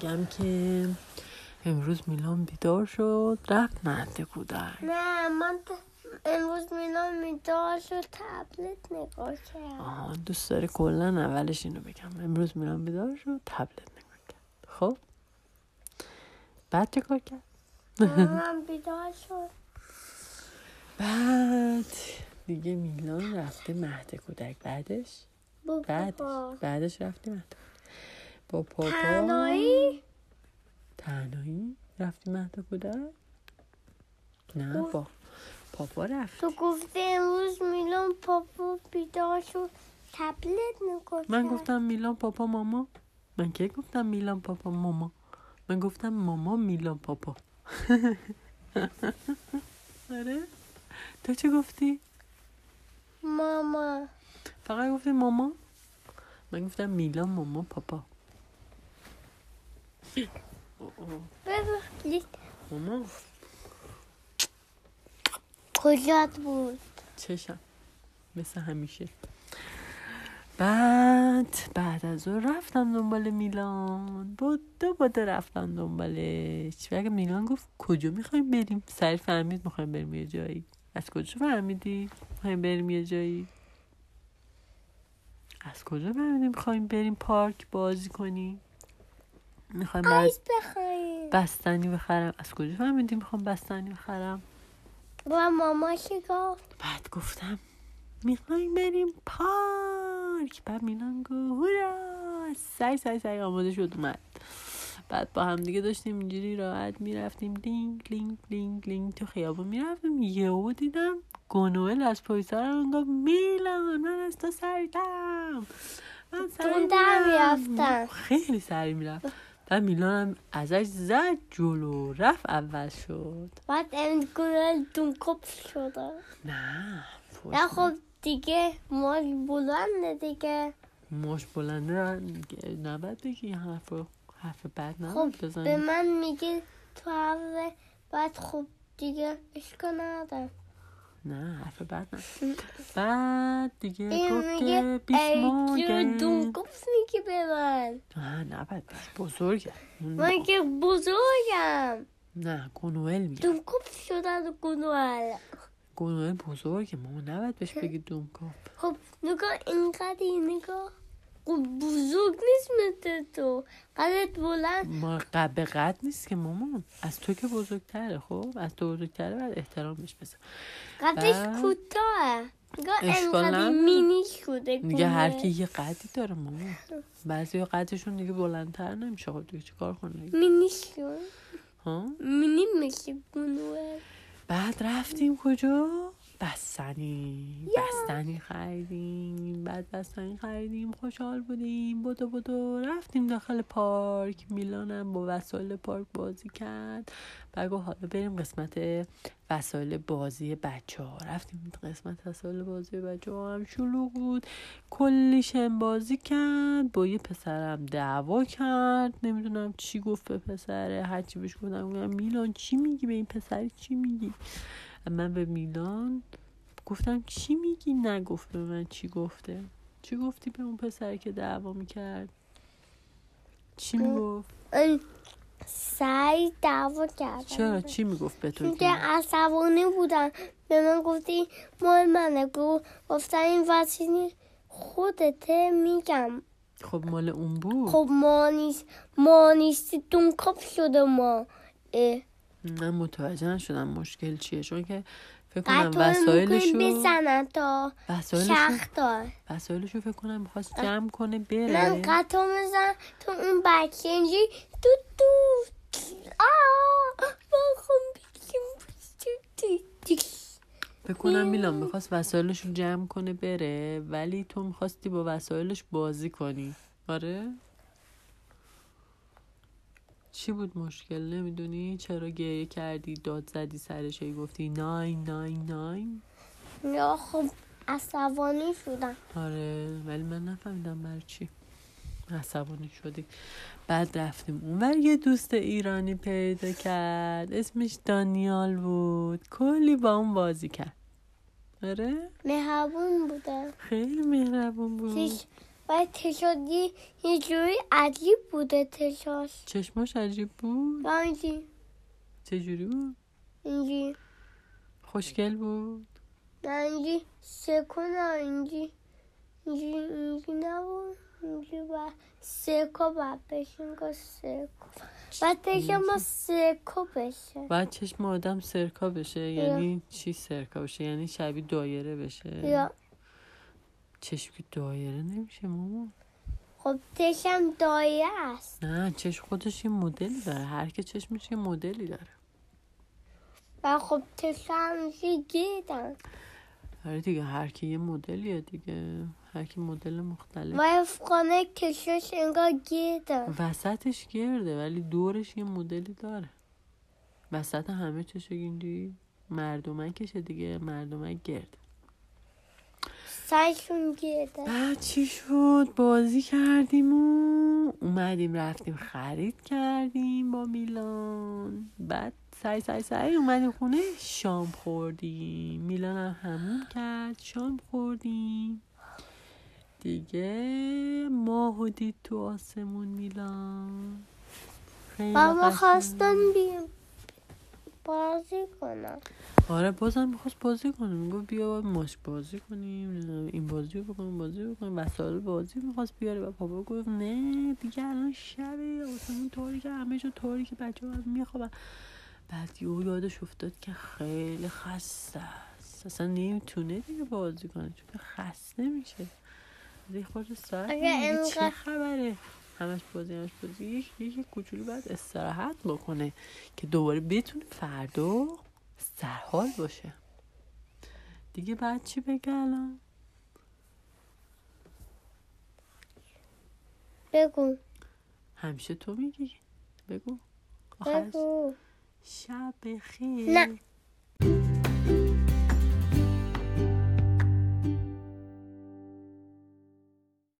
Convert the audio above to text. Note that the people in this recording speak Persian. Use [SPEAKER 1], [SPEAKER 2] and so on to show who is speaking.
[SPEAKER 1] که امروز میلان بیدار شد رفت مهد کودک
[SPEAKER 2] نه من ت- امروز میلان میدار شد تبلت نگاه کرد
[SPEAKER 1] آها دوست داری کلا اولش اینو بگم امروز میلان بیدار شد تبلت نگاه کرد خب بعد چه کار کرد
[SPEAKER 2] من بیدار شد
[SPEAKER 1] بعد دیگه میلان رفته مهد کودک بعدش
[SPEAKER 2] با
[SPEAKER 1] بعدش
[SPEAKER 2] بابا
[SPEAKER 1] بعدش رفتی مهد کودک. با پاپا
[SPEAKER 2] تنهایی
[SPEAKER 1] تنهایی رفتی مهد کودک نه
[SPEAKER 2] اوه.
[SPEAKER 1] با پاپا رفت
[SPEAKER 2] تو گفته امروز میلان پاپا بیدار شد تبلت نگاه کرد
[SPEAKER 1] من گفتم میلان پاپا ماما من کی گفتم میلان پاپا ماما من گفتم ماما میلان پاپا آره تو چه گفتی
[SPEAKER 2] ماما
[SPEAKER 1] فقط گفتی ماما من گفتم میلان ماما پاپا اوه، اوه.
[SPEAKER 2] ببخشید
[SPEAKER 1] ماما
[SPEAKER 2] کجات بود
[SPEAKER 1] چشم مثل همیشه بعد بعد از اون رفتم دنبال میلان بودو بودو رفتم دنبالش و اگه میلان گفت کجا میخوایم بریم سری فهمید میخوایم بریم یه جایی از کجا فهمیدی میخوایم بریم یه جایی از کجا فهمیدی میخوایم بریم پارک بازی کنیم میخوایم
[SPEAKER 2] آیس بخواهیم
[SPEAKER 1] بستنی بخرم از کجا فهمیدی میخوام بستنی بخرم
[SPEAKER 2] و ماما چی گفت
[SPEAKER 1] بعد گفتم میخوایم بریم پارک بعد میلان گفت هورا سعی سعی سعی آماده شد اومد بعد با هم دیگه داشتیم اینجوری راحت میرفتیم لینگ لینگ لینگ لینگ تو خیابون میرفتیم یهو دیدم گنوئل از پای سرم گفت میلان من از تو سریتم من سری
[SPEAKER 2] تندتر
[SPEAKER 1] میرم.
[SPEAKER 2] می‌رفتم.
[SPEAKER 1] خیلی سری میرفت بعد میلان هم ازش زد جلو رفت اول شد
[SPEAKER 2] بعد امگونه دونکوب شده
[SPEAKER 1] نه فوش
[SPEAKER 2] نه خب دیگه ماش بلنده دیگه
[SPEAKER 1] ماش بلنده نباید بگی این حرف رو. حرف بد نباید
[SPEAKER 2] خب به
[SPEAKER 1] بزنی
[SPEAKER 2] من میگه تو هفته بعد خب دیگه اشکا ندارم
[SPEAKER 1] نه حرف بد نه بعد دیگه
[SPEAKER 2] این
[SPEAKER 1] گفت که
[SPEAKER 2] میگه
[SPEAKER 1] بیس
[SPEAKER 2] ایکیو
[SPEAKER 1] مورگن
[SPEAKER 2] دونکوب میگه به من
[SPEAKER 1] نه نباید بگی بزرگه اون-
[SPEAKER 2] من که بزرگم
[SPEAKER 1] نه گنوئل میگه
[SPEAKER 2] دونکوب شدن گنوال
[SPEAKER 1] گنوئل بزرگه ما نباید بهش بگی دونکاپ
[SPEAKER 2] خب نگاه اینقدر این نگاه خب بزرگ نیست مثل تو قدرت بلند
[SPEAKER 1] ما قد به قد نیست که مامان از تو که بزرگتره خب از تو بزرگتره باید احترام بهش بذار
[SPEAKER 2] قدش
[SPEAKER 1] بعد؟
[SPEAKER 2] کوتاه نگاه
[SPEAKER 1] اشکال
[SPEAKER 2] اینقدر
[SPEAKER 1] نداره.
[SPEAKER 2] مینی شده
[SPEAKER 1] دیگه هر
[SPEAKER 2] گنوال.
[SPEAKER 1] کی یه قدی داره مامان
[SPEAKER 2] خب.
[SPEAKER 1] بعضی قدشون دیگه بلندتر نمیشه خب دیگه چیکار کنه
[SPEAKER 2] مینی شد
[SPEAKER 1] ها
[SPEAKER 2] مینی میشه گنوال
[SPEAKER 1] بعد رفتیم کجا؟ بستنی بستنی خریدیم بعد بستنی خریدیم خوشحال بودیم بودو بودو رفتیم داخل پارک میلانم با وسایل پارک بازی کرد و گفت حالا بریم قسمت وسایل بازی بچه ها رفتیم قسمت وسایل بازی بچه ها هم شلوغ بود کلی شن بازی کرد با یه پسرم دعوا کرد نمیدونم چی گفت به پسره هرچی بهش گفتم گفتم میلان چی میگی به این پسر چی میگی من به میلان گفتم چی میگی نگفت به من چی گفته چی گفتی به اون پسر که دعوا میکرد چی میگفت
[SPEAKER 2] اون سعی دعوا کردن
[SPEAKER 1] چرا چی میگفت به تو
[SPEAKER 2] که عصبانی بودن به من گفتی مال منه گو گفتن این وسیلی خودته میگم
[SPEAKER 1] خب مال اون بود
[SPEAKER 2] خب ما نیست ما نیستی دونکاپ شده ما اه،
[SPEAKER 1] من متوجه نشدم مشکل چیه چون که فکر کنم
[SPEAKER 2] قطع میکنیم
[SPEAKER 1] وسایلشو
[SPEAKER 2] بزنن تا
[SPEAKER 1] وسایلشو
[SPEAKER 2] شختار
[SPEAKER 1] وسایلشو فکر کنم میخواست جمع کنه بره
[SPEAKER 2] من قطع میزن تو اون بکنجی تو تو آه خب، من خم
[SPEAKER 1] فکر کنم میلان میخواست وسایلش رو جمع کنه بره ولی تو میخواستی با وسایلش بازی کنی آره چی بود مشکل نمیدونی چرا گریه کردی داد زدی سرش هی گفتی ناین ناین ناین
[SPEAKER 2] یا خب عصبانی شدم
[SPEAKER 1] آره ولی من نفهمیدم بر چی عصبانی شدی بعد رفتیم اونور یه دوست ایرانی پیدا کرد اسمش دانیال بود کلی با اون بازی کرد آره
[SPEAKER 2] مهربون بودم
[SPEAKER 1] خیلی مهربون بود
[SPEAKER 2] هیچ و تشاد یه یه جوری عجیب بوده تشاش
[SPEAKER 1] چشماش عجیب بود
[SPEAKER 2] و اینجی
[SPEAKER 1] چجوری بود
[SPEAKER 2] اینجی
[SPEAKER 1] خوشگل بود
[SPEAKER 2] نه اینجی سکو نه اینجی اینجی اینجی نبود اینجی و سکو بعد بشین که سکو بعد تشا ما سکو بشه
[SPEAKER 1] بعد چشم آدم سرکا بشه یعنی چی سرکا بشه یعنی شبیه دایره بشه
[SPEAKER 2] یا
[SPEAKER 1] چشم که دایره نمیشه مامان
[SPEAKER 2] خب تشم دایه است
[SPEAKER 1] نه چشم خودش یه مدلی داره هر که چشمش یه مدلی داره
[SPEAKER 2] و خب تشم یه گیدم
[SPEAKER 1] آره دیگه هر کی یه مدلیه دیگه هر کی مدل مختلف
[SPEAKER 2] و افغانه کشش انگار گیدم
[SPEAKER 1] وسطش گرده ولی دورش یه مدلی داره وسط همه چشه اینجوری مردمکشه دیگه مردمک گرده
[SPEAKER 2] سرشون گیدم
[SPEAKER 1] بعد چی شد بازی کردیم و اومدیم رفتیم خرید کردیم با میلان بعد سعی سعی سعی اومدیم خونه شام خوردیم میلان هم همون کرد شام خوردیم دیگه ماه و دید تو آسمون میلان خیلی
[SPEAKER 2] و ما
[SPEAKER 1] قشنگ.
[SPEAKER 2] خواستم بیم بازی کنم
[SPEAKER 1] آره بازم میخواست بازی کنه میگفت بیا با ماش بازی کنیم نمیدونم این بازی رو بکنیم بازی رو بکنیم وسایل بازی میخواست بیاره و پاپا گفت نه دیگه الان شبه آسمون طوری که همه جا طوری که بچه ها میخوابن بعد یهو یادش افتاد که خیلی خسته است اصلا نمیتونه دیگه بازی کنه چون که خسته میشه از خود ساعت
[SPEAKER 2] آره،
[SPEAKER 1] چه
[SPEAKER 2] انقدر-
[SPEAKER 1] خبره همش بازی همش بازی یک یک کوچولو باید استراحت بکنه که دوباره بتونه فردا سرحال باشه دیگه بعد چی بگه الان
[SPEAKER 2] بگو
[SPEAKER 1] همیشه تو میگی بگو آخرش
[SPEAKER 2] بگو
[SPEAKER 1] شب خیر
[SPEAKER 2] نه.